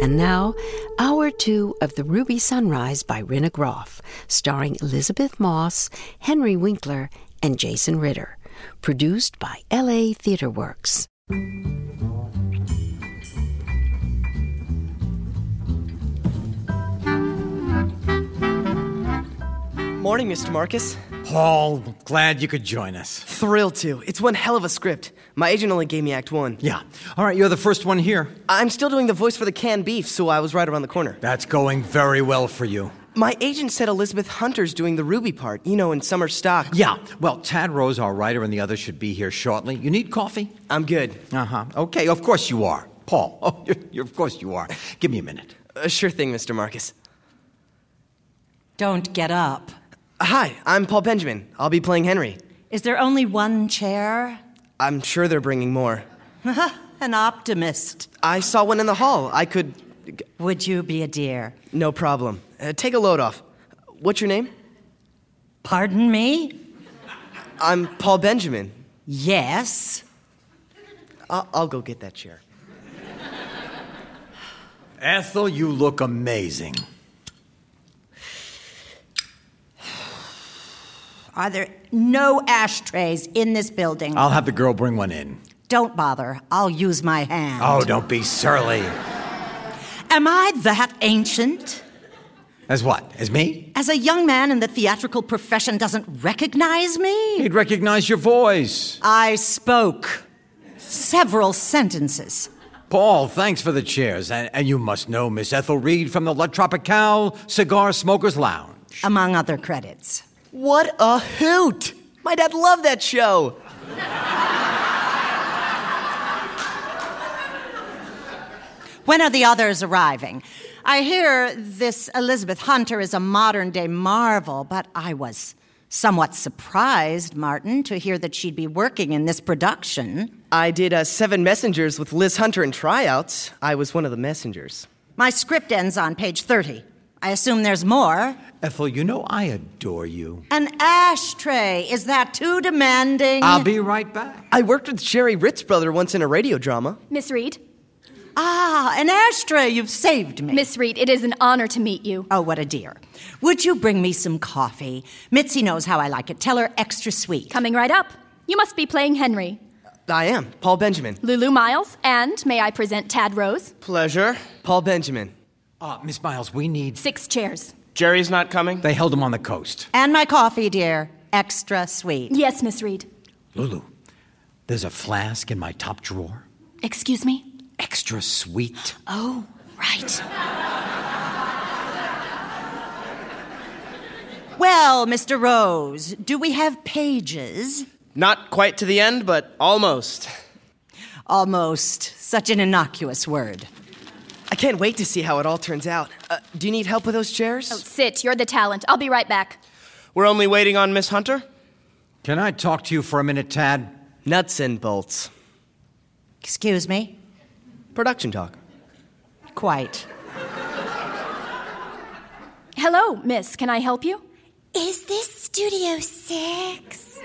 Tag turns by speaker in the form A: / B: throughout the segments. A: And now, hour two of The Ruby Sunrise by Rena Groff, starring Elizabeth Moss, Henry Winkler, and Jason Ritter. Produced by LA Theaterworks.
B: Morning, Mr. Marcus.
C: Paul, glad you could join us.
B: Thrilled to. It's one hell of a script. My agent only gave me Act One.
C: Yeah. All right, you're the first one here.
B: I'm still doing the voice for the canned beef, so I was right around the corner.
C: That's going very well for you.
B: My agent said Elizabeth Hunter's doing the Ruby part, you know, in summer stock.
C: Yeah. Well, Tad Rose, our writer, and the others should be here shortly. You need coffee?
B: I'm good.
C: Uh huh. Okay, of course you are. Paul. Oh, you're, you're, of course you are. Give me a minute.
B: Uh, sure thing, Mr. Marcus.
D: Don't get up.
B: Hi, I'm Paul Benjamin. I'll be playing Henry.
D: Is there only one chair?
B: I'm sure they're bringing more.
D: An optimist.
B: I saw one in the hall. I could.
D: Would you be a dear?
B: No problem. Uh, take a load off. What's your name?
D: Pardon me?
B: I'm Paul Benjamin.
D: Yes.
B: I'll, I'll go get that chair.
C: Ethel, you look amazing.
D: Are there no ashtrays in this building?
C: I'll have the girl bring one in.
D: Don't bother. I'll use my hand.
C: Oh, don't be surly.
D: Am I that ancient?
C: As what? As me?
D: As a young man in the theatrical profession doesn't recognize me?
C: He'd recognize your voice.
D: I spoke Uh, several sentences.
C: Paul, thanks for the cheers. And, and you must know Miss Ethel Reed from the La Tropicale Cigar Smokers Lounge.
D: among other credits.
B: What a hoot! My dad loved that show.
D: When are the others arriving? I hear this Elizabeth Hunter is a modern day marvel, but I was somewhat surprised, Martin, to hear that she'd be working in this production.
B: I did uh, Seven Messengers with Liz Hunter in tryouts. I was one of the messengers.
D: My script ends on page 30. I assume there's more.
C: Ethel, you know I adore you.
D: An ashtray. Is that too demanding?
C: I'll be right back.
B: I worked with Jerry Ritz brother once in a radio drama.
E: Miss Reed?
D: ah, an ashtray. You've saved me.
E: Miss Reed, it is an honor to meet you.
D: Oh, what a dear. Would you bring me some coffee? Mitzi knows how I like it. Tell her extra sweet.
E: Coming right up. You must be playing Henry.
B: I am Paul Benjamin.
E: Lulu Miles, and may I present Tad Rose?
B: Pleasure. Paul Benjamin.
C: Uh, Miss Miles, we need.
E: Six chairs.
F: Jerry's not coming?
C: They held him on the coast.
D: And my coffee, dear. Extra sweet.
E: Yes, Miss Reed.
C: Lulu, there's a flask in my top drawer.
E: Excuse me?
C: Extra sweet.
E: Oh, right.
D: Well, Mr. Rose, do we have pages?
F: Not quite to the end, but almost.
D: Almost. Such an innocuous word.
B: I can't wait to see how it all turns out. Uh, do you need help with those chairs?
E: Oh, Sit, you're the talent. I'll be right back.
F: We're only waiting on Miss Hunter?
C: Can I talk to you for a minute, Tad?
B: Nuts and bolts.
D: Excuse me?
B: Production talk.
D: Quite.
E: Hello, Miss. Can I help you?
G: Is this Studio 6?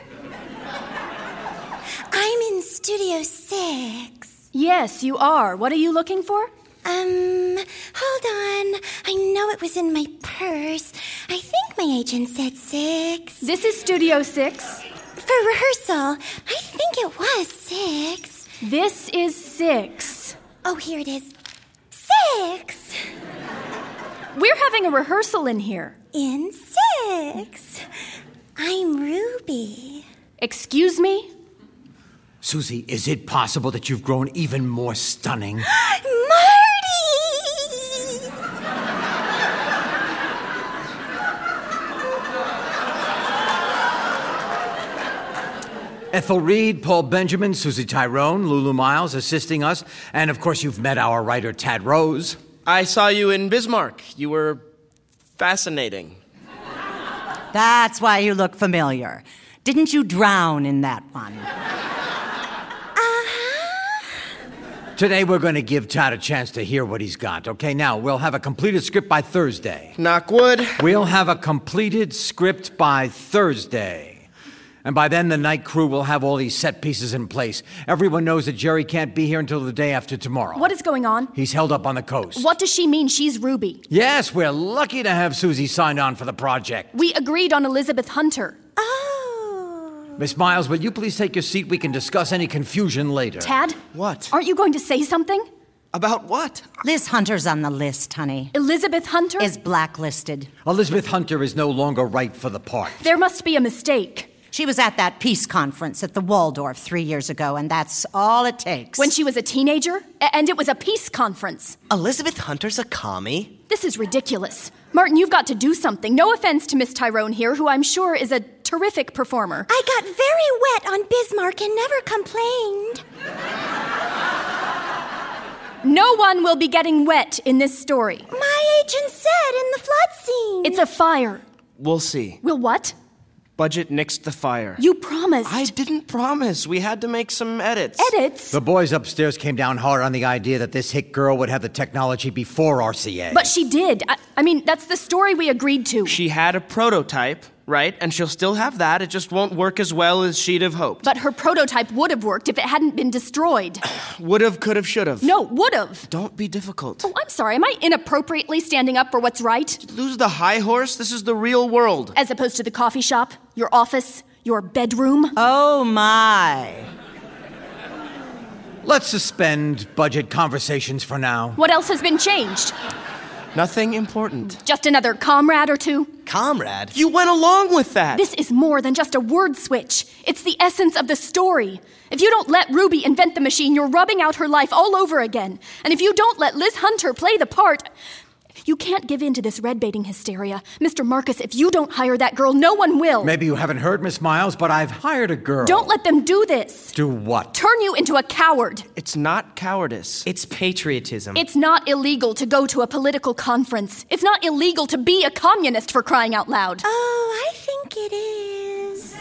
G: I'm in Studio 6.
E: Yes, you are. What are you looking for?
G: Um, hold on. I know it was in my purse. I think my agent said 6.
E: This is Studio 6.
G: For rehearsal, I think it was 6.
E: This is 6.
G: Oh, here it is. 6!
E: We're having a rehearsal in here.
G: In 6. I'm Ruby.
E: Excuse me?
C: Susie, is it possible that you've grown even more stunning?
G: Marty!
C: Ethel Reed, Paul Benjamin, Susie Tyrone, Lulu Miles assisting us, and of course you've met our writer Tad Rose.
F: I saw you in Bismarck. You were fascinating.
D: That's why you look familiar. Didn't you drown in that one?
C: Today we're going to give Tad a chance to hear what he's got. Okay, now we'll have a completed script by Thursday.
F: Knock wood.
C: We'll have a completed script by Thursday. And by then, the night crew will have all these set pieces in place. Everyone knows that Jerry can't be here until the day after tomorrow.
E: What is going on?
C: He's held up on the coast.
E: What does she mean she's Ruby?
C: Yes, we're lucky to have Susie signed on for the project.
E: We agreed on Elizabeth Hunter.
G: Oh.
C: Miss Miles, will you please take your seat? We can discuss any confusion later.
E: Tad?
B: What?
E: Aren't you going to say something?
B: About what?
D: Liz Hunter's on the list, honey.
E: Elizabeth Hunter?
D: Is blacklisted.
C: Elizabeth Hunter is no longer right for the part.
E: There must be a mistake.
D: She was at that peace conference at the Waldorf three years ago, and that's all it takes.
E: When she was a teenager? A- and it was a peace conference.
B: Elizabeth Hunter's a commie?
E: This is ridiculous. Martin, you've got to do something. No offense to Miss Tyrone here, who I'm sure is a terrific performer.
G: I got very wet on Bismarck and never complained.
E: No one will be getting wet in this story.
G: My agent said in the flood scene.
E: It's a fire.
F: We'll see.
E: Will what?
F: Budget nixed the fire.
E: You promised.
F: I didn't promise. We had to make some edits.
E: edits.
C: The boys upstairs came down hard on the idea that this hick girl would have the technology before RCA.
E: But she did. I, I mean, that's the story we agreed to.
F: She had a prototype, right? And she'll still have that. It just won't work as well as she'd have hoped.
E: but her prototype would have worked if it hadn't been destroyed.
F: would have, could have, should have.
E: No, would have.
F: Don't be difficult.
E: Oh, I'm sorry. Am I inappropriately standing up for what's right?
F: Lose the high horse. This is the real world.
E: As opposed to the coffee shop, your office, your bedroom?
D: oh my.
C: Let's suspend budget conversations for now.
E: what else has been changed?
F: Nothing important.
E: Just another comrade or two?
B: Comrade?
F: You went along with that.
E: This is more than just a word switch. It's the essence of the story. If you don't let Ruby invent the machine, you're rubbing out her life all over again. And if you don't let Liz Hunter play the part, you can't give in to this red baiting hysteria. Mr. Marcus, if you don't hire that girl, no one will.
C: Maybe you haven't heard, Miss Miles, but I've hired a girl.
E: Don't let them do this.
C: Do what?
E: Turn you into a coward.
F: it's not cowardice.
B: It's patriotism.
E: It's not illegal to go to a political conference. It's not illegal to be a communist for crying out loud.
G: oh, I think it is.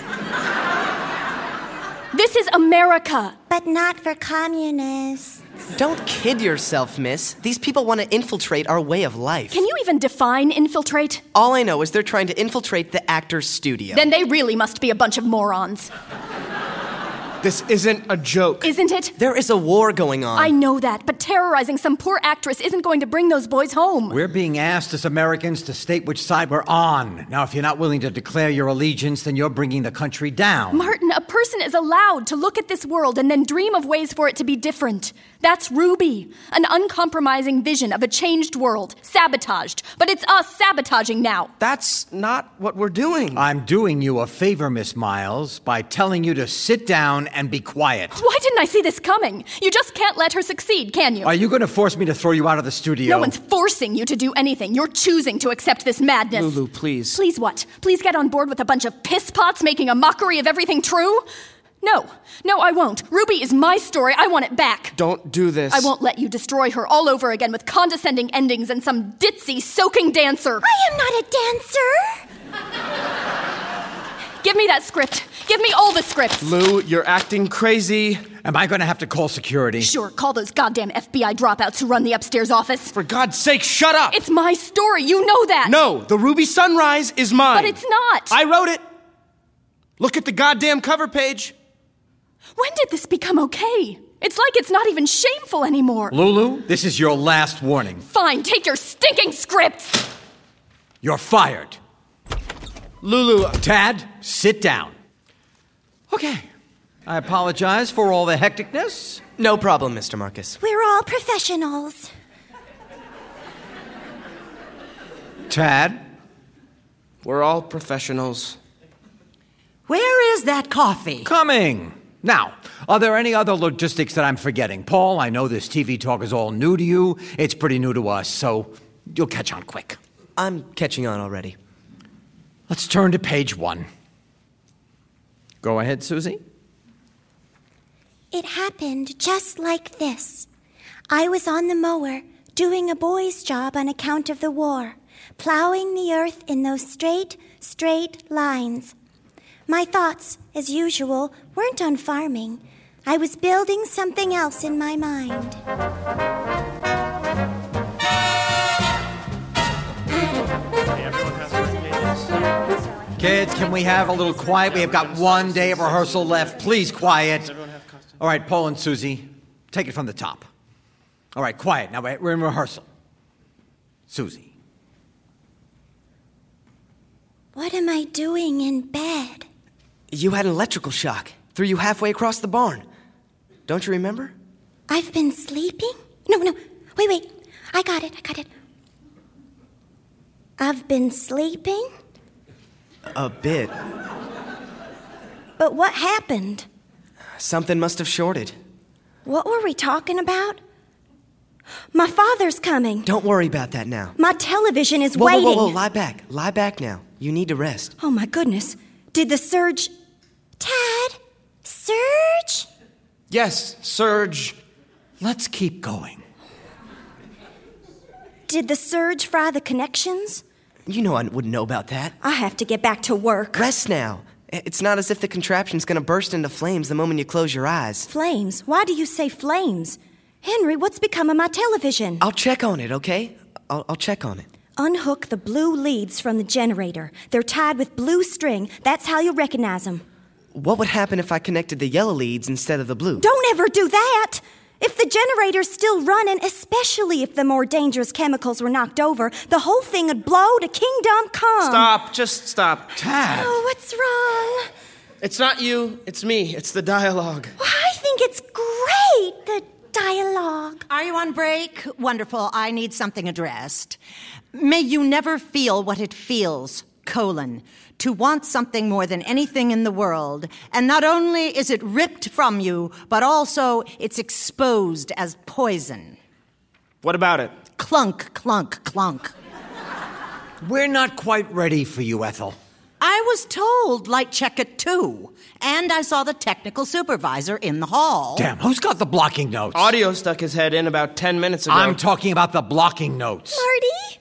E: This is America.
G: But not for communists.
B: Don't kid yourself, miss. These people want to infiltrate our way of life.
E: Can you even define infiltrate?
B: All I know is they're trying to infiltrate the actor's studio.
E: Then they really must be a bunch of morons,
G: Uh.
F: this isn't a joke.
E: isn't it?
B: there is a war going on.
E: I know that, but terrorizing some poor actress isn't going to bring those boys home.
C: We're being asked as Americans to state which side we're on. Now, if you're not willing to declare your allegiance, then you're bringing the country down.
E: Martin, a person is allowed to look at this world and then dream of ways for it to be different. That's Ruby, an uncompromising vision of a changed world, sabotaged. But it's us sabotaging now.
F: That's not what we're doing.
C: I'm doing you a favor, Miss Miles, by telling you to sit down and be quiet.
E: Why didn't I see this coming? You just can't let her succeed, can you?
C: Are you going to force me to throw you out of the studio?
E: no one's forcing you to do anything. You're choosing to accept this madness.
F: Lulu, please.
E: Please what? Please get on board with a bunch of piss pots making a mockery of everything true? No, no, I won't. Ruby is my story. I want it back.
F: Don't do this.
E: I won't let you destroy her all over again with condescending endings and some ditzy soaking dancer.
G: I am not a dancer.
E: Give me that script. Give me all the scripts.
F: Lou, you're acting crazy.
C: Am I going to have to call security?
E: Sure, call those goddamn FBI dropouts who run the upstairs office.
F: For God's sake, shut up!
E: It's my story. You know that.
F: no, the Ruby Sunrise is mine.
E: But it's not.
F: I wrote it. Look at the goddamn cover page.
E: When did this become okay? It's like it's not even shameful anymore.
C: Lulu, this is your last warning.
E: Fine, take your stinking scripts.
C: You're fired.
F: Lulu, uh,
C: Tad, sit down. Okay. I apologize for all the hecticness.
B: no problem, Mr. Marcus.
G: We're all professionals.
C: Tad,
F: we're all professionals.
D: Where is that coffee?
C: coming. Now, are there any other logistics that I'm forgetting? Paul, I know this TV talk is all new to you. It's pretty new to us, so you'll catch on quick.
B: I'm catching on already.
C: Let's turn to page one. Go ahead, Susie.
G: It happened just like this. I was on the mower, doing a boy's job on account of the war, plowing the earth in those straight, straight lines. My thoughts, as usual, weren't on farming. I was building something else in my mind.
C: Kids, can we have a little quiet? We have got one day of rehearsal left. Please, quiet. All right, Paul and Susie, take it from the top. All right, quiet. Now we're we're in rehearsal. Susie.
G: What am I doing in bed?
B: You had an electrical shock. Threw you halfway across the barn. Don't you remember?
G: I've been sleeping? No, no. Wait, wait. I got it. I got it. I've been sleeping?
B: A bit.
G: But what happened?
B: Something must have shorted.
G: What were we talking about? My father's coming.
B: Don't worry about that now.
G: My television is
B: Whoa, whoa,
G: waiting.
B: whoa, whoa, lie back. Lie back now. You need to rest.
G: Oh my goodness. Did the surge. Tad? Surge?
F: Yes, Surge.
C: Let's keep going.
G: Did the surge fry the connections?
B: You know I wouldn't know about that.
G: I have to get back to work.
B: Rest now. I- It's not as if the contraption's gonna burst into flames the moment you close your eyes.
G: Flames? Why do you say flames? Henry, what's become of my television?
B: I'll check on it, okay? I'll, I'll check on it.
G: Unhook the blue leads from the generator. They're tied with blue string. That's how you'll recognize them.
B: What would happen if I connected the yellow leads instead of the blue?
G: Don't ever do that! If the generator's still running, especially if the more dangerous chemicals were knocked over, the whole thing would blow to kingdom come.
F: Stop, just stop.
C: Tad.
G: Oh, what's wrong?
F: It's not you, it's me, it's the dialogue.
G: Well, I think it's great, the dialogue.
D: Are you on break? Wonderful. I need something addressed. May you never feel what it feels, colon, to want something more than anything in the world. And not only is it ripped from you, but also it's exposed as poison.
F: What about it?
D: Clunk, clunk, clunk.
C: We're not quite ready for you, Ethel.
D: I was told light check it too, and I saw the technical supervisor in the hall.
C: Damn, who's got the blocking notes?
F: Audio stuck his head in about 10 minutes ago.
C: I'm talking about the blocking notes.
G: Marty,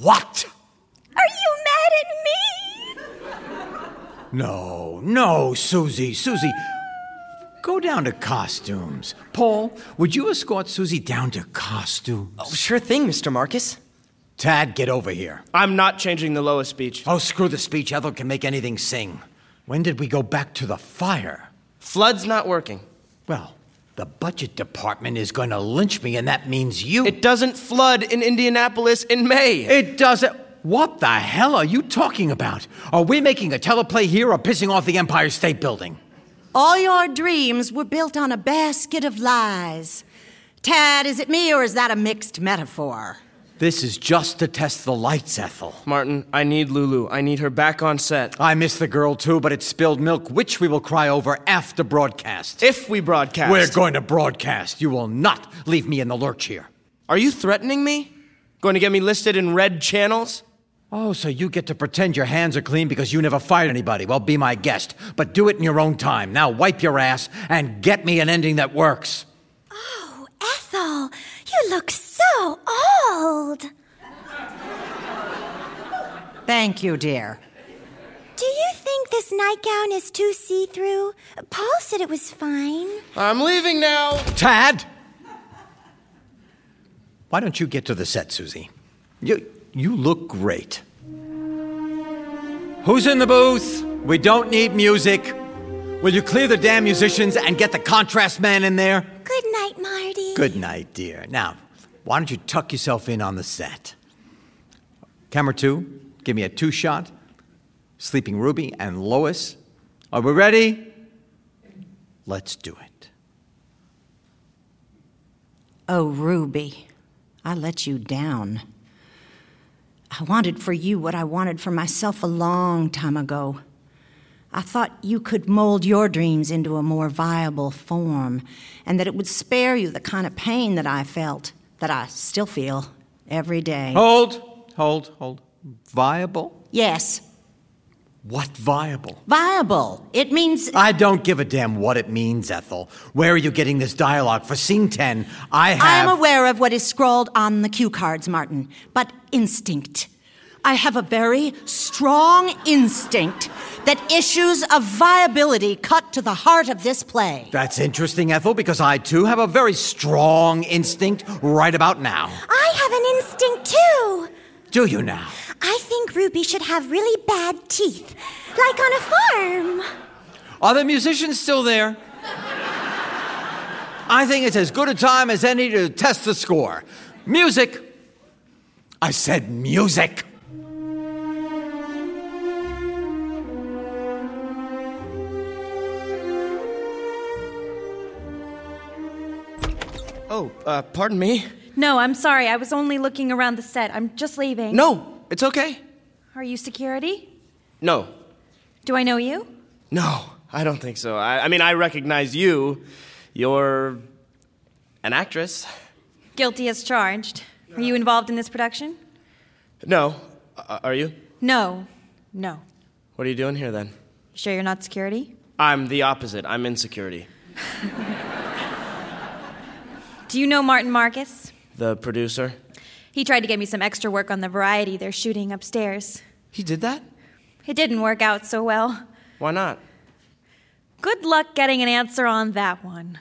C: What?
G: are you mad at me?
C: No, no, Susie, Susie. Go down to costumes. Paul, would you escort Susie down to costumes?
B: Sure thing, Mr. Marcus.
C: Tad, get over here.
F: I'm not changing the lowest speech.
C: Oh, screw the speech. Ethel can make anything sing. When did we go back to the fire?
F: Flood's not working.
C: Well, the budget department is going to lynch me, and that means you.
F: It doesn't flood in Indianapolis in May.
C: It doesn't. What the hell are you talking about? Are we making a teleplay here or pissing off the Empire State Building?
D: All your dreams were built on a basket of lies. Tad, is it me or is that a mixed metaphor?
C: This is just to test the lights, Ethel.
F: Martin, I need Lulu. I need her back on set.
C: I miss the girl too, but it's spilled milk, which we will cry over after broadcast.
F: If we broadcast.
C: We're going to broadcast. You will not leave me in the lurch here.
F: Are you threatening me? Going to get me listed in red channels?
C: Oh, so you get to pretend your hands are clean because you never fired anybody. Well, be my guest, but do it in your own time. Now wipe your ass and get me an ending that works.
G: Oh, Ethel, you look so old.
D: Thank you, dear.
G: Do you think this nightgown is too see through? Paul said it was fine.
F: I'm leaving now.
C: Tad! Why don't you get to the set, Susie? You, you look great. Who's in the booth? We don't need music. Will you clear the damn musicians and get the contrast man in there?
G: Good night, Marty.
C: Good night, dear. Now, why don't you tuck yourself in on the set? Camera two, give me a two shot. Sleeping Ruby and Lois. Are we ready? Let's do it.
D: Oh, Ruby, I let you down. I wanted for you what I wanted for myself a long time ago. I thought you could mold your dreams into a more viable form and that it would spare you the kind of pain that I felt, that I still feel every day.
C: Hold, hold, hold. Viable?
D: Yes,
C: What viable?
D: viable. It means
C: I don't give a damn what it means, Ethel. Where are you getting this dialogue? For scene 10, I
D: I
C: have.
D: am aware of what is scrawled on the cue cards, Martin, but instinct. I have a very strong instinct that issues of viability cut to the heart of this play.
C: That's interesting, Ethel, because I too have a very strong instinct right about now.
G: I have an instinct too.
C: Do you now?
G: I think Ruby should have really bad teeth. Like on a farm.
C: Are the musicians still there? I think it's as good a time as any to test the score. Music! I said music!
F: Oh, uh, pardon me.
H: No, I'm sorry. I was only looking around the set. I'm just leaving.
F: No, it's okay.
H: Are you security?
F: No,
H: Do I know you?
F: no, I don't think so. I, I mean, I recognize you. You're an actress.
H: Guilty as charged. Are you involved in this production?
F: No, uh, are you?
H: No. No.
F: What are you doing here then?
H: You sure you're not security?
F: I'm the opposite. I'm in security.
H: Do you know Martin Marcus?
F: The producer.
H: He tried to get me some extra work on the variety they're shooting upstairs.
F: He did that?
H: It didn't work out so well.
F: Why not?
H: Good luck getting an answer on that one.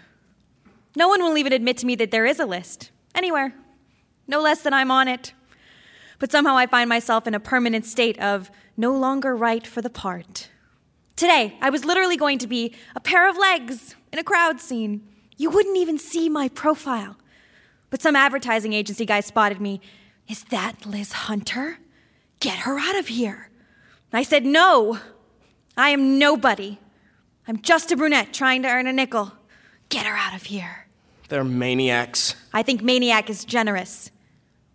H: No one will even admit to me that there is a list, anywhere. No less than I'm on it. But somehow I find myself in a permanent state of no longer right for the part. Today, I was literally going to be a pair of legs in a crowd scene. You wouldn't even see my profile. But some advertising agency guy spotted me. Is that Liz Hunter? Get her out of here. And I said, No, I am nobody. I'm just a brunette trying to earn a nickel. Get her out of here.
F: They're maniacs.
H: I think Maniac is generous.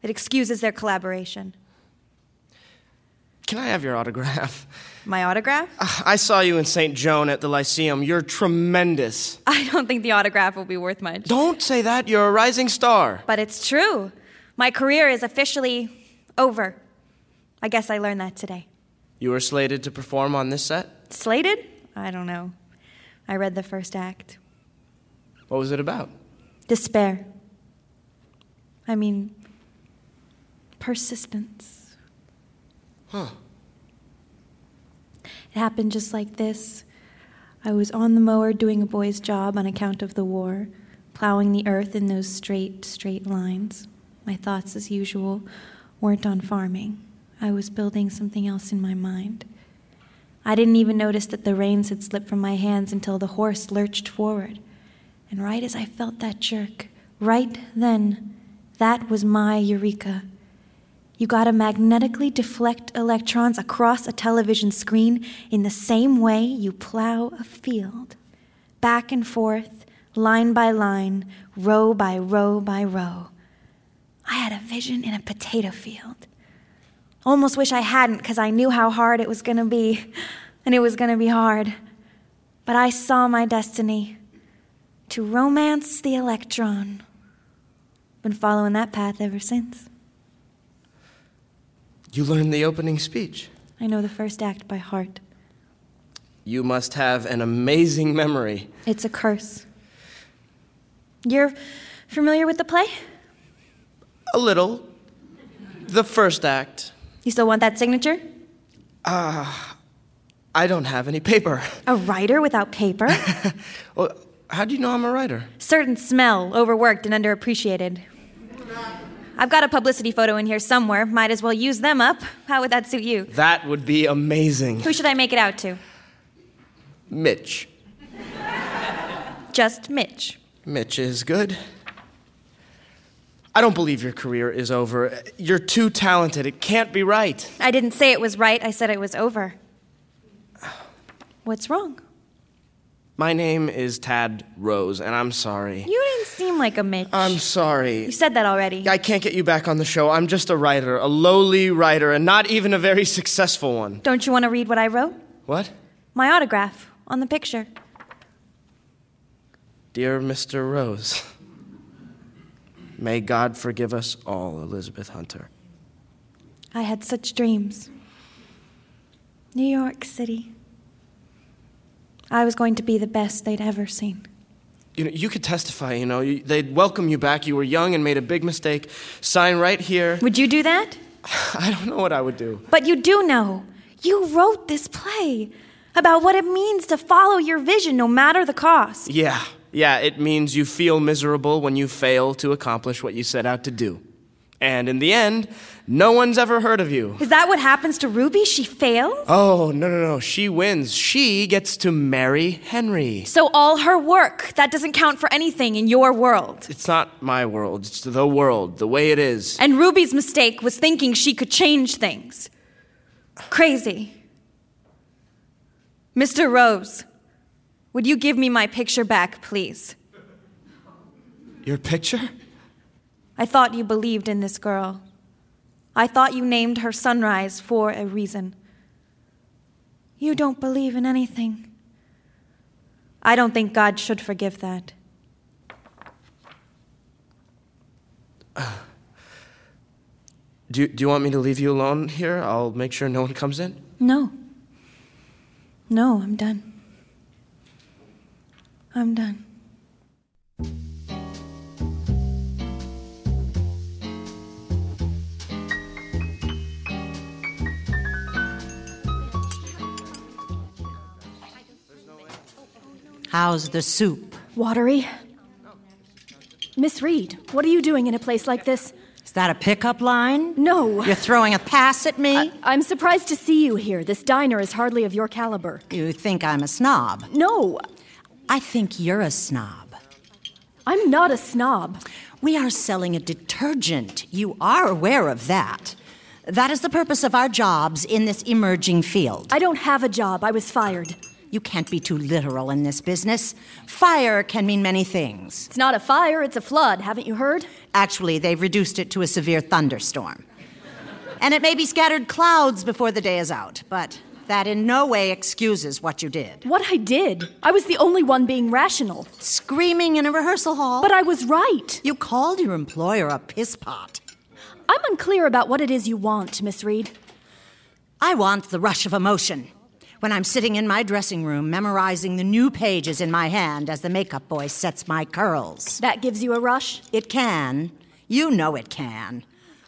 H: It excuses their collaboration.
F: Can I have your autograph?
H: My autograph?
F: I saw you in St. Joan at the Lyceum. You're tremendous.
H: I don't think the autograph will be worth much.
F: Don't say that. You're a rising star.
H: But it's true. My career is officially over. I guess I learned that today.
F: You were slated to perform on this set.
H: Slated? I don't know. I read the first act.
F: What was it about?
H: Despair. I mean, persistence. It happened just like this. I was on the mower doing a boy's job on account of the war, plowing the earth in those straight, straight lines. My thoughts, as usual, weren't on farming. I was building something else in my mind. I didn't even notice that the reins had slipped from my hands until the horse lurched forward. And right as I felt that jerk, right then, that was my eureka. You gotta magnetically deflect electrons across a television screen in the same way you plow a field. Back and forth, line by line, row by row by row. I had a vision in a potato field. Almost wish I hadn't, because I knew how hard it was gonna be, and it was gonna be hard. But I saw my destiny to romance the electron. Been following that path ever since.
F: You learned the opening speech.
H: I know the first act by heart.
F: You must have an amazing memory.
H: It's a curse. You're familiar with the play?
F: A little. The first act. Ah,
H: You still want that signature?
F: I don't have any paper.
H: A writer without paper?
F: Well, how do you know I'm a writer?
H: Certain smell, overworked and underappreciated. I've got a publicity photo in here somewhere. Might as well use them up. How would that suit you?
F: That would be amazing.
H: Who should I make it out to?
F: Mitch.
H: Just Mitch.
F: Mitch is good. I don't believe your career is over. You're too talented. It can't be right.
H: I didn't say it was right, I said it was over. What's wrong?
F: My name is Tad Rose, and I'm sorry.
H: You didn't seem like a Mitch.
F: I'm sorry.
H: you said that already.
F: I can't get you back on the show. I'm just a writer, a lowly writer, and not even a very successful one.
H: Don't you want to read what I wrote?
F: What?
H: My autograph on the picture.
F: Dear Mr. Rose, may God forgive us all, Elizabeth Hunter.
H: I had such dreams. New York City. I was going to be the best they'd ever seen.
F: You know, you could testify, you know. You, they'd welcome you back. You were young and made a big mistake. Sign right here.
H: Would you do that?
F: I don't know what I would do.
H: But you do know. You wrote this play about what it means to follow your vision no matter the cost.
F: Yeah, yeah, it means you feel miserable when you fail to accomplish what you set out to do. And in the end, no one's ever heard of you.
I: Is that what happens to Ruby? She fails?
F: Oh, no, no, no. She wins. She gets to marry Henry.
I: So all her work, that doesn't count for anything in your world.
F: It's not my world, it's the world, the way it is.
I: And Ruby's mistake was thinking she could change things. Crazy. Mr. Rose, would you give me my picture back, please?
F: Your picture?
I: I thought you believed in this girl. I thought you named her Sunrise for a reason. You don't believe in anything. I don't think God should forgive that.
F: Do, do you want me to leave you alone here? I'll make sure no one comes in.
H: No. No, I'm done. I'm done.
D: How's the soup?
E: Watery. Miss Reed, what are you doing in a place like this?
D: Is that a pickup line?
E: No.
D: You're throwing a pass at me?
E: I'm surprised to see you here. This diner is hardly of your caliber.
D: you think I'm a snob.
E: No,
D: I think you're a snob.
E: I'm not a snob.
D: We are selling a detergent. You are aware of that. That is the purpose of our jobs in this emerging field.
E: I don't have a job. I was fired.
D: You can't be too literal in this business. Fire can mean many things.
E: It's not a fire, it's a flood. Haven't you heard?
D: Actually, they've reduced it to a severe thunderstorm. And it may be scattered clouds before the day is out, but that in no way excuses what you did.
E: What I did. I was the only one being rational.
D: Screaming in a rehearsal hall.
E: But I was right.
D: You called your employer a piss pot.
E: I'm unclear about what it is you want, Miss Reed.
D: I want the rush of emotion. When I'm sitting in my dressing room memorizing the new pages in my hand as the makeup boy sets my curls.
E: That gives you a rush?
D: It can. You know it can.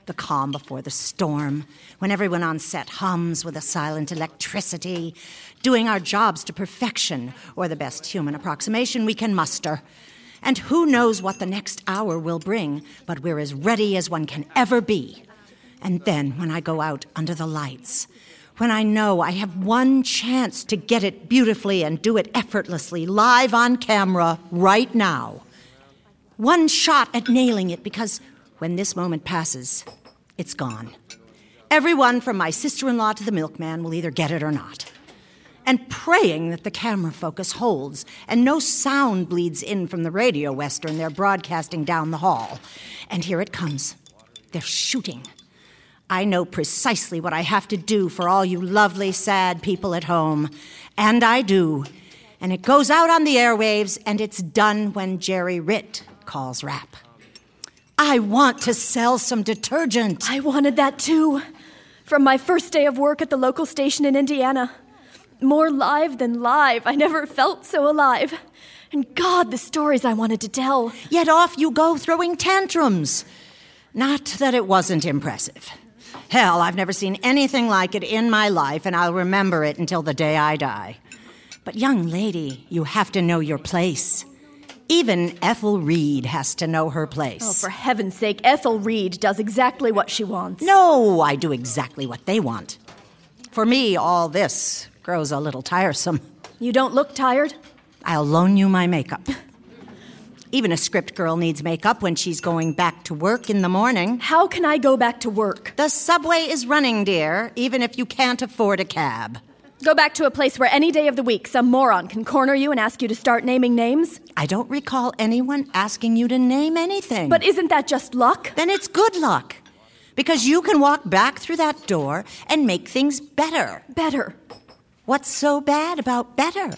D: The calm before the storm, when everyone on set hums with a silent electricity, doing our jobs to perfection, or the best human approximation we can muster. And who knows what the next hour will bring, but we're as ready as one can ever be. And then when I go out under the lights, when I know I have one chance to get it beautifully and do it effortlessly, live on camera, right now. One shot at nailing it because when this moment passes, it's gone. Everyone from my sister in law to the milkman will either get it or not. And praying that the camera focus holds and no sound bleeds in from the radio western they're broadcasting down the hall. And here it comes. They're shooting. I know precisely what I have to do for all you lovely, sad people at home. And I do. And it goes out on the airwaves, and it's done when Jerry Ritt calls rap. I want to sell some detergent.
E: I wanted that too. From my first day of work at the local station in Indiana. More live than live. I never felt so alive. And God, the stories I wanted to tell.
D: Yet off you go throwing tantrums. Not that it wasn't impressive. Hell, I've never seen anything like it in my life, and I'll remember it until the day I die. But, young lady, you have to know your place. Even Ethel Reed has to know her place.
E: Oh, For heaven's sake, Ethel Reed does exactly what she wants.
D: No, I do exactly what they want. For me, all this grows a little tiresome.
E: You don't look tired?
D: I'll loan you my makeup. Even a script girl needs makeup when she's going back to work in the morning.
E: How can I go back to work?
D: The subway is running, dear, even if you can't afford a cab.
E: Go back to a place where any day of the week some moron can corner you and ask you to start naming names?
D: I don't recall anyone asking you to name anything.
E: But isn't that just luck?
D: then it's good luck. Because you can walk back through that door and make things better.
E: Better.
D: What's so bad about better?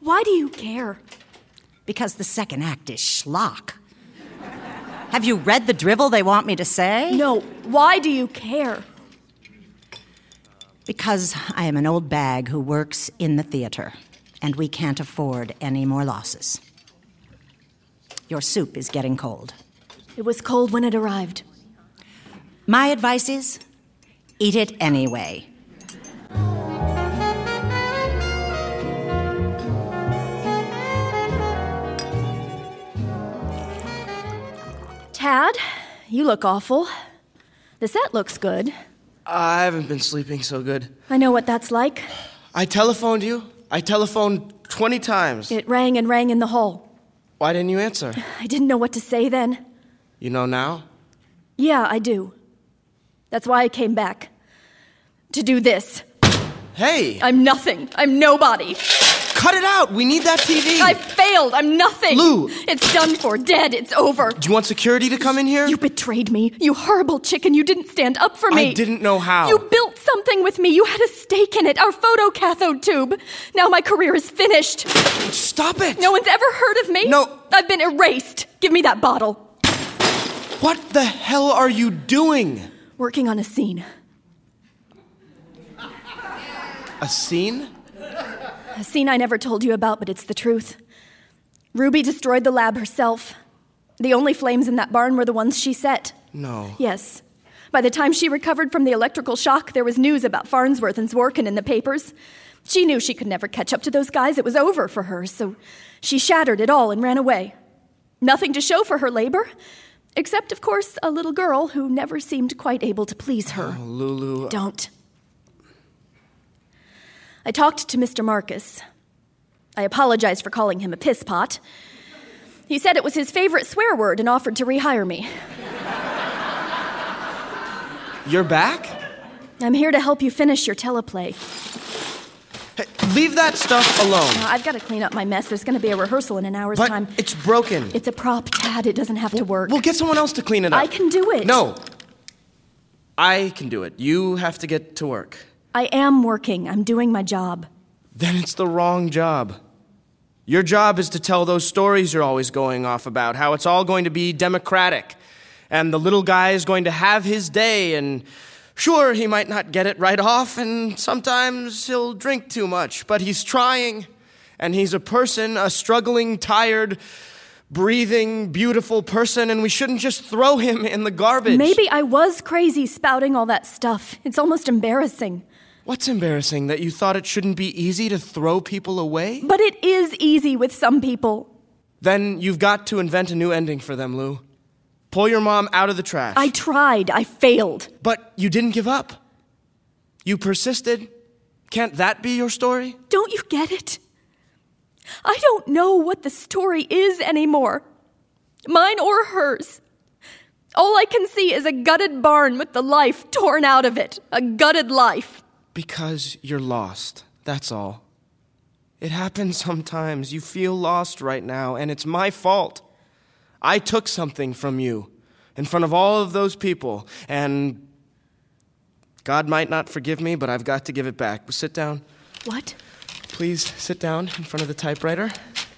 E: Why do you care?
D: Because the second act is schlock. Have you read the drivel they want me to say?
E: No, why do you care?
D: Because I am an old bag who works in the theater, and we can't afford any more losses. Your soup is getting cold.
E: It was cold when it arrived.
D: My advice is eat it anyway.
E: Tad, you look awful. The set looks good.
F: I haven't been sleeping so good.
E: I know what that's like.
F: I telephoned you. I telephoned 20 times.
E: It rang and rang in the hall.
F: Why didn't you answer?
E: I didn't know what to say then.
F: You know now?
E: Yeah, I do. That's why I came back. To do this.
F: Hey!
E: I'm nothing. I'm nobody.
F: Cut it out! We need that TV!
E: I failed. I'm nothing.
F: Lou!
E: It's done for. Dead. It's over.
F: Do you want security to come in here?
E: You betrayed me. You horrible chicken. You didn't stand up for me.
F: I didn't know how.
E: You built something with me. You had a stake in it. Our photocathode tube. Now my career is finished.
F: Stop it!
E: No one's ever heard of me.
F: No.
E: I've been erased. Give me that bottle.
F: What the hell are you doing?
E: Working on a scene.
F: A scene?
E: A scene I never told you about, but it's the truth. Ruby destroyed the lab herself. The only flames in that barn were the ones she set.
F: No.
E: Yes. By the time she recovered from the electrical shock, there was news about Farnsworth and Zworkin in the papers. She knew she could never catch up to those guys. It was over for her, so she shattered it all and ran away. Nothing to show for her labor, except, of course, a little girl who never seemed quite able to please her.
F: Lulu.
E: Don't. I talked to Mr. Marcus. I apologized for calling him a piss pot. He said it was his favorite swear word and offered to rehire me.
F: You're back?
E: I'm here to help you finish your teleplay.
F: Hey, leave that stuff alone.
E: Now, Uh, I've got to clean up my mess. There's going to be a rehearsal in an hour's
F: But
E: time.
F: it's broken.
E: It's a prop, Tad. It doesn't have to work.
F: We'll get someone else to clean it up.
E: I can do it.
F: No. I can do it. You have to get to work.
E: I am working. I'm doing my job.
F: Then it's the wrong job. Your job is to tell those stories you're always going off about, how it's all going to be democratic, and the little guy is going to have his day, and sure, he might not get it right off, and sometimes he'll drink too much, but he's trying, and he's a person, a struggling, tired, breathing, beautiful person, and we shouldn't just throw him in the garbage.
E: Maybe I was crazy spouting all that stuff. It's almost embarrassing.
F: What's embarrassing? That you thought it shouldn't be easy to throw people away?
E: But it is easy with some people.
F: Then you've got to invent a new ending for them, Lou. Pull your mom out of the trash.
E: I tried. I failed.
F: But you didn't give up. You persisted. Can't that be your story?
E: Don't you get it? I don't know what the story is anymore. Mine or hers. All I can see is a gutted barn with the life torn out of it. A gutted life.
F: Because you're lost. That's all. It happens sometimes. You feel lost right now, and it's my fault. I took something from you in front of all of those people, and God might not forgive me, but I've got to give it back. Sit down.
E: What?
F: Please sit down in front of the typewriter.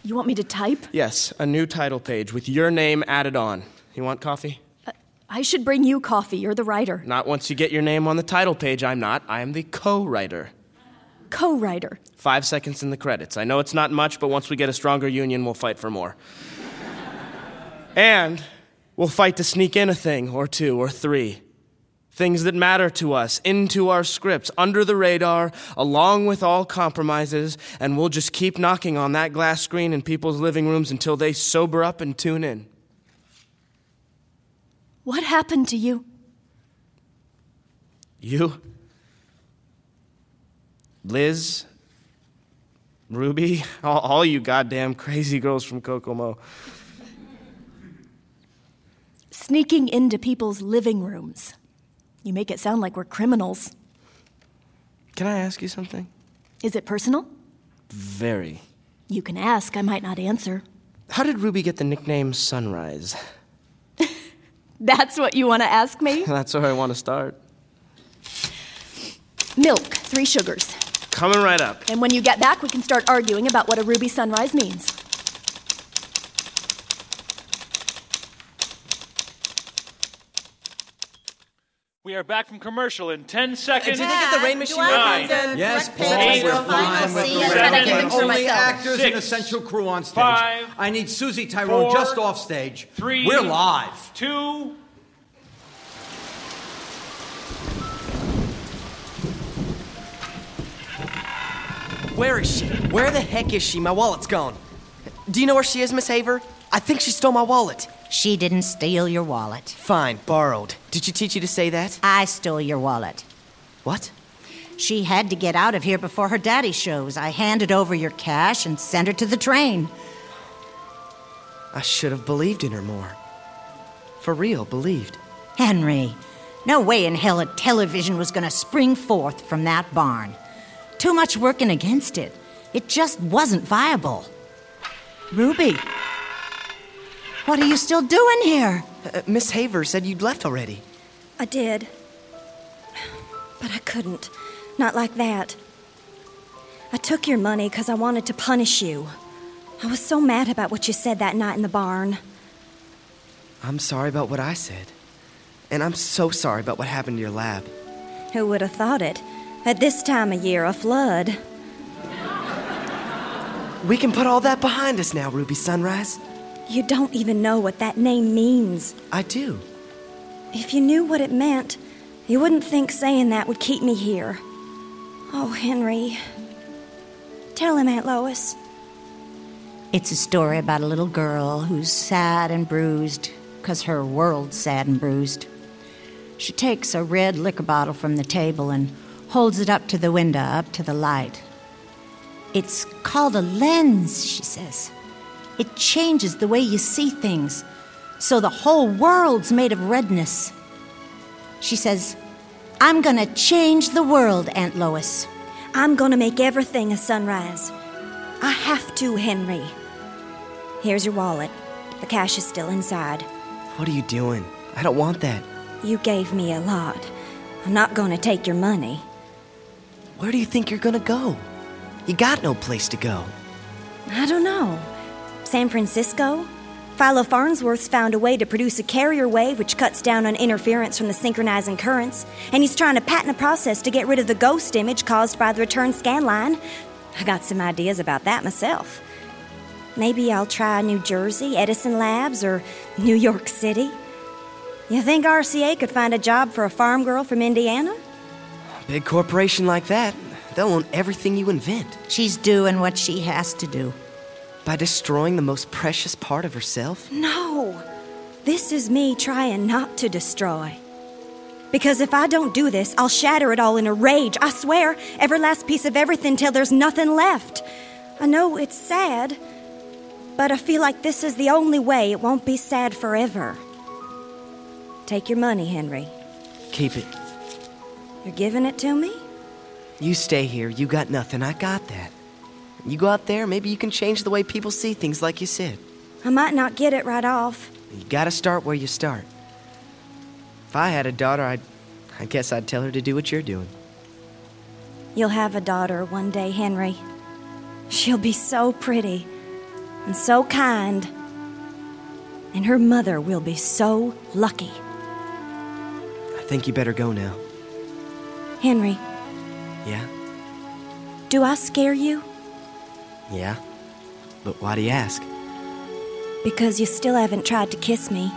E: You want me to type?
F: Yes, a new title page with your name added on. You want coffee?
E: I should bring you coffee. You're the writer.
F: Not once you get your name on the title page, I'm not. I am the co writer.
E: Co writer.
F: Five seconds in the credits. I know it's not much, but once we get a stronger union, we'll fight for more. and we'll fight to sneak in a thing, or two, or three. Things that matter to us, into our scripts, under the radar, along with all compromises, and we'll just keep knocking on that glass screen in people's living rooms until they sober up and tune in.
E: What happened to you?
F: You? Liz? Ruby? All, all you goddamn crazy girls from Kokomo.
E: Sneaking into people's living rooms. You make it sound like we're criminals.
F: Can I ask you something?
E: Is it personal?
F: Very.
E: You can ask. I might not answer.
F: How did Ruby get the nickname Sunrise?
E: That's what you want to ask me?
F: That's where I want to start.
E: Milk, three sugars.
F: Coming right up.
E: And when you get back, we can start arguing about what a ruby sunrise means.
J: We are back from commercial in 10 seconds.
B: the rain machine?
J: Nine.
C: Yes, Paul,
J: page
C: we're
J: will
C: fine with
J: see
C: the
J: us
C: rest.
J: better than
C: Only
J: for
E: myself.
C: actors and
J: Six,
C: essential crew on stage.
J: five,
C: I need Susie Tyrone
J: four,
C: just off stage.
J: three,
C: We're live.
J: Two.
B: Where is she? Where the heck is she? My wallet's gone. Do you know where she is, Miss Haver? I think she stole my wallet.
D: She didn't steal your wallet.
B: Fine, borrowed. Did she teach you to say that?
D: I stole your wallet.
B: What?
D: She had to get out of here before her daddy shows. I handed over your cash and sent her to the train.
B: I should have believed in her more. For real, believed.
D: Henry, no way in hell a television was going to spring forth from that barn. Too much working against it. It just wasn't viable. Ruby, what are you still doing here?
B: Uh, Miss Haver said you'd left already.
G: I did. But I couldn't. Not like that. I took your money because I wanted to punish you. I was so mad about what you said that night in the barn.
B: I'm sorry about what I said. And I'm so sorry about what happened to your lab.
G: Who would have thought it? At this time of year, a flood.
B: We can put all that behind us now, Ruby Sunrise.
G: You don't even know what that name means.
B: I do.
G: If you knew what it meant, you wouldn't think saying that would keep me here. Oh, Henry. Tell him, Aunt Lois.
D: It's a story about a little girl who's sad and bruised because her world's sad and bruised. She takes a red liquor bottle from the table and holds it up to the window, up to the light. It's called a lens, she says. It changes the way you see things, so the whole world's made of redness. She says, I'm gonna change the world, Aunt Lois.
G: I'm gonna make everything a sunrise. I have to, Henry. Here's your wallet. The cash is still inside.
B: What are you doing? I don't want that.
G: You gave me a lot. I'm not gonna take your money.
B: Where do you think you're gonna go? You got no place to go.
G: I don't know. San Francisco? Philo Farnsworth's found a way to produce a carrier wave which cuts down on interference from the synchronizing currents, and he's trying to patent a process to get rid of the ghost image caused by the return scan line. I got some ideas about that myself. Maybe I'll try New Jersey, Edison Labs, or New York City. You think RCA could find a job for a farm girl from Indiana?
B: A big corporation like that, they'll own everything you invent.
D: She's doing what she has to do.
B: By destroying the most precious part of herself?
G: No! This is me trying not to destroy. Because if I don't do this, I'll shatter it all in a rage. I swear, every last piece of everything till there's nothing left. I know it's sad, but I feel like this is the only way it won't be sad forever. Take your money, Henry.
B: Keep it.
G: You're giving it to me?
B: You stay here. You got nothing. I got that. You go out there, maybe you can change the way people see things, like you said.
G: I might not get it right off.
B: You gotta start where you start. If I had a daughter, I'd, I guess I'd tell her to do what you're doing.
G: You'll have a daughter one day, Henry. She'll be so pretty and so kind. And her mother will be so lucky.
B: I think you better go now.
G: Henry,
B: Yeah?
G: do I scare you?
B: Yeah? But why do you ask?
G: Because you still haven't tried to kiss me.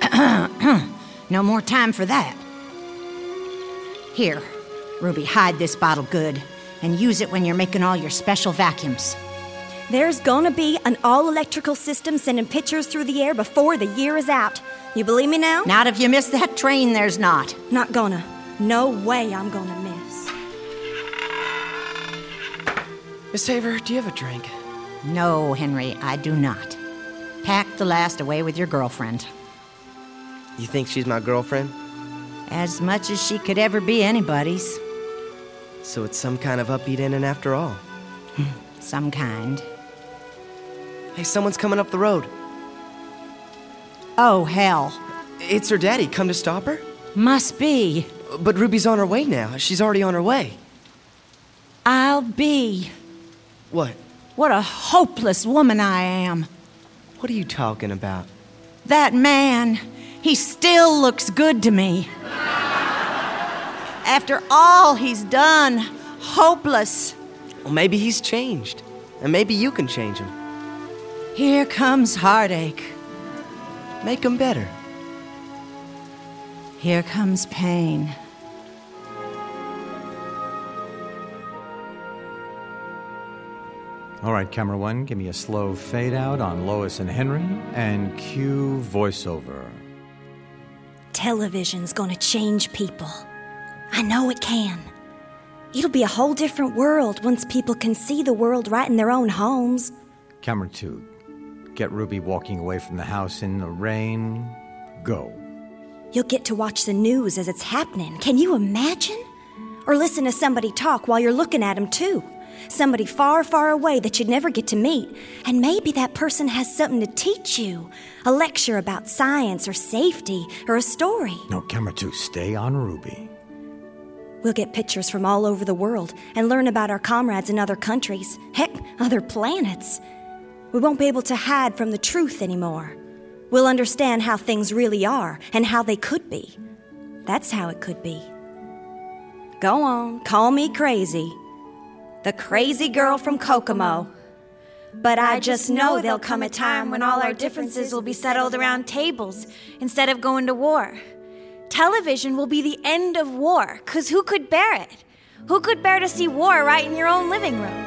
D: No more time for that. Here, Ruby, hide this bottle good and use it when you're making all your special vacuums.
G: There's gonna be an all electrical system sending pictures through the air before the year is out. You believe me now?
D: Not if you miss that train, there's not.
G: Not gonna. No way I'm gonna miss.
B: Miss Haver, do you have a drink?
D: No, Henry, I do not. Pack the last away with your girlfriend.
B: You think she's my girlfriend?
D: As much as she could ever be anybody's.
B: So it's some kind of upbeat in and after all.
D: Some kind.
B: Hey, someone's coming up the road.
D: Oh, hell.
B: It's her daddy. Come to stop her?
D: Must be.
B: But Ruby's on her way now. She's already on her way.
D: I'll be.
B: What?
D: What a hopeless woman I am.
B: What are you talking about?
D: That man, he still looks good to me. After all he's done, hopeless.
B: Well, maybe he's changed. And maybe you can change him.
D: Here comes heartache.
B: Make him better.
D: Here comes pain.
C: All right, camera one, give me a slow fade out on Lois and Henry and cue voiceover.
G: Television's gonna change people. I know it can. It'll be a whole different world once people can see the world right in their own homes.
C: Camera two, get Ruby walking away from the house in the rain. Go.
G: You'll get to watch the news as it's happening. Can you imagine? Or listen to somebody talk while you're looking at them, too. Somebody far, far away that you'd never get to meet. And maybe that person has something to teach you a lecture about science or safety or a story.
C: No, camera two, stay on Ruby.
G: We'll get pictures from all over the world and learn about our comrades in other countries, heck, other planets. We won't be able to hide from the truth anymore. We'll understand how things really are and how they could be. That's how it could be. Go on, call me crazy. The crazy girl from Kokomo. But I just know there'll come a time when all our differences will be settled around tables
I: instead of going to war. Television will be the end of war, because who could bear it? Who could bear to see war right in your own living room?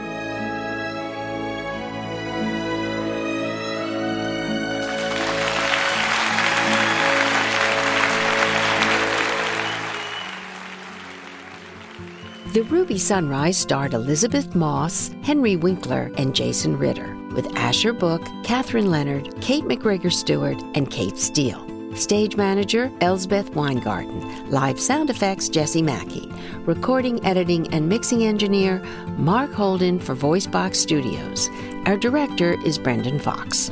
A: The Ruby Sunrise starred Elizabeth Moss, Henry Winkler, and Jason Ritter, with Asher Book, Katherine Leonard, Kate McGregor Stewart, and Kate Steele. Stage manager Elsbeth Weingarten, live sound effects Jesse Mackey, recording, editing, and mixing engineer Mark Holden for VoiceBox Studios. Our director is Brendan Fox.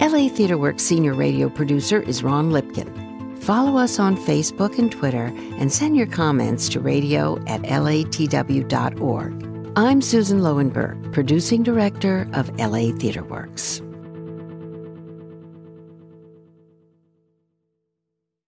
A: LA TheaterWorks senior radio producer is Ron Lipkin. Follow us on Facebook and Twitter and send your comments to radio at latw.org. I'm Susan Lowenberg, producing director of LA TheaterWorks.